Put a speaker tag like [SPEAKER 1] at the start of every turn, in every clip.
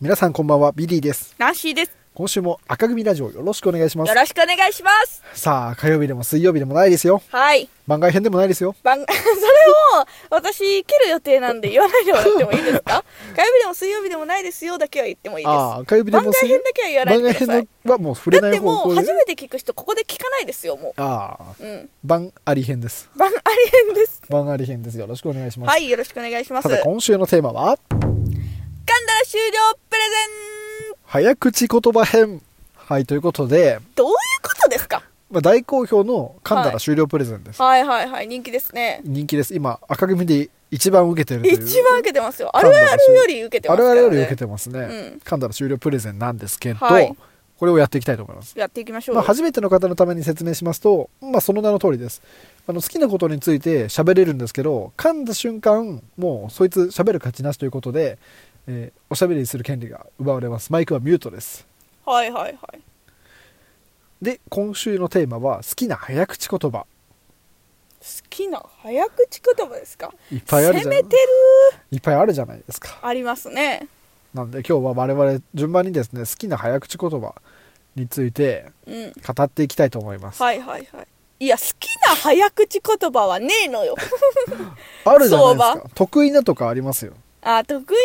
[SPEAKER 1] 皆さんこんばんは、ビリーです。
[SPEAKER 2] ナンシーです。
[SPEAKER 1] 今週も赤組ラジオよろしくお願いします
[SPEAKER 2] よ。ろしくお願いします。
[SPEAKER 1] さあ、火曜日でも水曜日でもないですよ。
[SPEAKER 2] はい。
[SPEAKER 1] 番外編でもないですよ。
[SPEAKER 2] 番、 それを私切る予定なんで言わないでもらってもいいで すか火曜日でも水曜日でもないですよだけは言ってもいいです。
[SPEAKER 1] ああ、火曜日で
[SPEAKER 2] 番
[SPEAKER 1] も
[SPEAKER 2] 外
[SPEAKER 1] 水曜
[SPEAKER 2] 編だけは言わないでください。
[SPEAKER 1] 番外編はもう触れな
[SPEAKER 2] だっ
[SPEAKER 1] い
[SPEAKER 2] て
[SPEAKER 1] 方
[SPEAKER 2] もう
[SPEAKER 1] 向で
[SPEAKER 2] 初。めて聞く人ここで聞かないですよ、も
[SPEAKER 1] ああ、
[SPEAKER 2] う。うん。
[SPEAKER 1] 番あり編です。
[SPEAKER 2] 番ありえんです。
[SPEAKER 1] 番あり編です。よろしくお願いします。
[SPEAKER 2] はい、よろしくお願いしま
[SPEAKER 1] さ
[SPEAKER 2] す。
[SPEAKER 1] て、
[SPEAKER 2] 神田
[SPEAKER 1] 今週のテーマは、
[SPEAKER 2] 終了プレゼン
[SPEAKER 1] 早口言葉編。はい、ということで、
[SPEAKER 2] どういうことで すか
[SPEAKER 1] まあ、大好評の噛んだら終了プレゼンです。
[SPEAKER 2] はいはいはい、人気ですね。
[SPEAKER 1] 人気です。今、赤組で一番受けてるとい
[SPEAKER 2] 一
[SPEAKER 1] う。
[SPEAKER 2] 番受けてますよ。あるあるより受けてま
[SPEAKER 1] 我
[SPEAKER 2] すから、
[SPEAKER 1] 々
[SPEAKER 2] ね。
[SPEAKER 1] より受けてますね、
[SPEAKER 2] うん
[SPEAKER 1] 噛んだら終了プレゼンなんですけど、
[SPEAKER 2] はい
[SPEAKER 1] これをやっていきたいと思います、
[SPEAKER 2] やっていきましょう。
[SPEAKER 1] まあ、初めての方のために説明しますと、まあ、その名の通りですあの好きなことについて喋れるんですけど噛んだ瞬間もうそいつ喋る価値なしということで、えーおしゃべりする権利が奪われますマイクはミュートです
[SPEAKER 2] はいはいはい。
[SPEAKER 1] で今週のテーマは好きな早口言葉
[SPEAKER 2] 好きな早口言葉ですか
[SPEAKER 1] いっぱいある
[SPEAKER 2] 攻
[SPEAKER 1] じゃない
[SPEAKER 2] めてる
[SPEAKER 1] いっぱいあるじゃないですか
[SPEAKER 2] ありますね
[SPEAKER 1] なんで今日は我々順番にですね好きな早口言葉について
[SPEAKER 2] うん
[SPEAKER 1] 語っていきたいと思います、
[SPEAKER 2] はいはいはいいや好きな早口言葉はね えのよ
[SPEAKER 1] あるじゃないで
[SPEAKER 2] 相
[SPEAKER 1] すか得意なとかありますよ
[SPEAKER 2] あ得意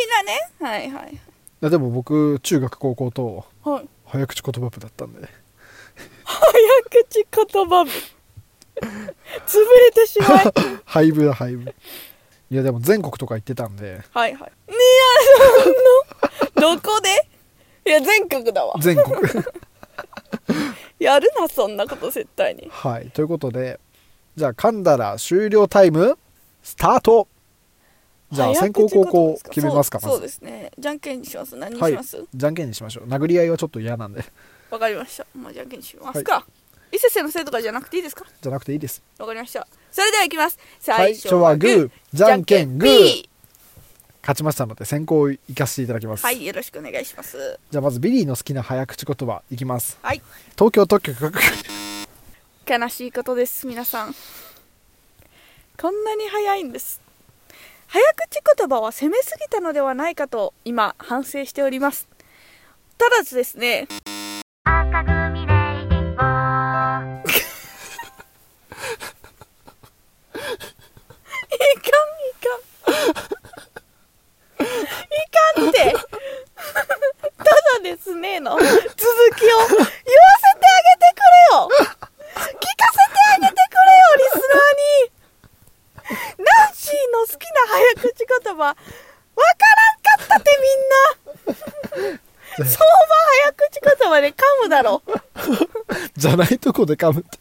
[SPEAKER 2] なねはいはい
[SPEAKER 1] いやでも僕中学高校と
[SPEAKER 2] はい
[SPEAKER 1] 早口言葉部だったんで
[SPEAKER 2] 早口言葉部潰れて しまい
[SPEAKER 1] 廃部だ廃部いやでも全国とか行ってたんで
[SPEAKER 2] はいはいねえあのどこでいや全国だわ
[SPEAKER 1] 全国
[SPEAKER 2] やるなそんなこと絶対に
[SPEAKER 1] はいということでじゃあ噛んだら終了タイムスタートじゃあ先攻後攻決めますか
[SPEAKER 2] そう
[SPEAKER 1] ま
[SPEAKER 2] そう
[SPEAKER 1] ず
[SPEAKER 2] ですねじゃんけんにします何に
[SPEAKER 1] はい
[SPEAKER 2] しますわ、
[SPEAKER 1] じゃんけんにしましょう殴り合いはちょっと嫌なんで
[SPEAKER 2] かりましたまあじゃんけんにしますか、伊勢先生のせいとかじゃなくていいですか
[SPEAKER 1] じゃなくていいです
[SPEAKER 2] わかりました。それではいきます。
[SPEAKER 1] 最
[SPEAKER 2] 最
[SPEAKER 1] 初はグーじゃんけんグ
[SPEAKER 2] じゃ
[SPEAKER 1] ー
[SPEAKER 2] ピ
[SPEAKER 1] 勝ちましたので先行を生かしていただきます、
[SPEAKER 2] はい、よろしくお願いします。
[SPEAKER 1] じゃあまずビリーの好きな早口言葉いきます
[SPEAKER 2] はい。
[SPEAKER 1] 東京特許許可
[SPEAKER 2] 悲しいことです、皆さん。こんなに早いんです。早口言葉は攻めすぎたのではないかと今反省しております。ただですね、
[SPEAKER 3] 赤組レイディオ
[SPEAKER 2] いかんいかん。いかんって。ただですねの続きを言わせてあげてくれよ聞かせてあげてくれよリスナーにナンシーの好きな早口言葉わからんかったってみんな相場早口言葉で噛むだろ
[SPEAKER 1] じゃないとこで噛む って。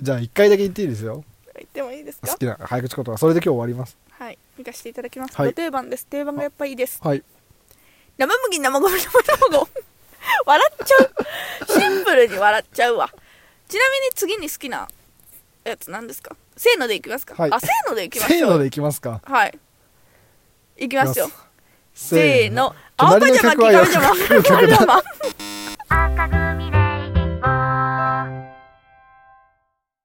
[SPEAKER 1] じゃあ一回だけ言っていいですよ。
[SPEAKER 2] 言ってもいいです
[SPEAKER 1] 好
[SPEAKER 2] か
[SPEAKER 1] きな早口言葉。それで今日終わります。
[SPEAKER 2] はい行かせていただきます、
[SPEAKER 1] はい
[SPEAKER 2] ご定番です定番がやっぱいいです
[SPEAKER 1] はい。
[SPEAKER 2] 生麦生米生卵 笑っちゃうシンプルに笑っちゃうわちなみに次に好きなやつ何ですかせーのでいきますか、
[SPEAKER 1] はい
[SPEAKER 2] あせーのでいきま
[SPEAKER 1] せ
[SPEAKER 2] し
[SPEAKER 1] ー
[SPEAKER 2] ょ
[SPEAKER 1] の
[SPEAKER 2] う
[SPEAKER 1] でいきますか。
[SPEAKER 2] はいいきますよ
[SPEAKER 1] いき
[SPEAKER 2] せーの青パ
[SPEAKER 1] 隣
[SPEAKER 2] ジ
[SPEAKER 1] の
[SPEAKER 2] ャマ
[SPEAKER 1] 客
[SPEAKER 2] 黄
[SPEAKER 1] は
[SPEAKER 2] 色パジャマ
[SPEAKER 1] よ
[SPEAKER 2] 赤パジャマ
[SPEAKER 3] 赤組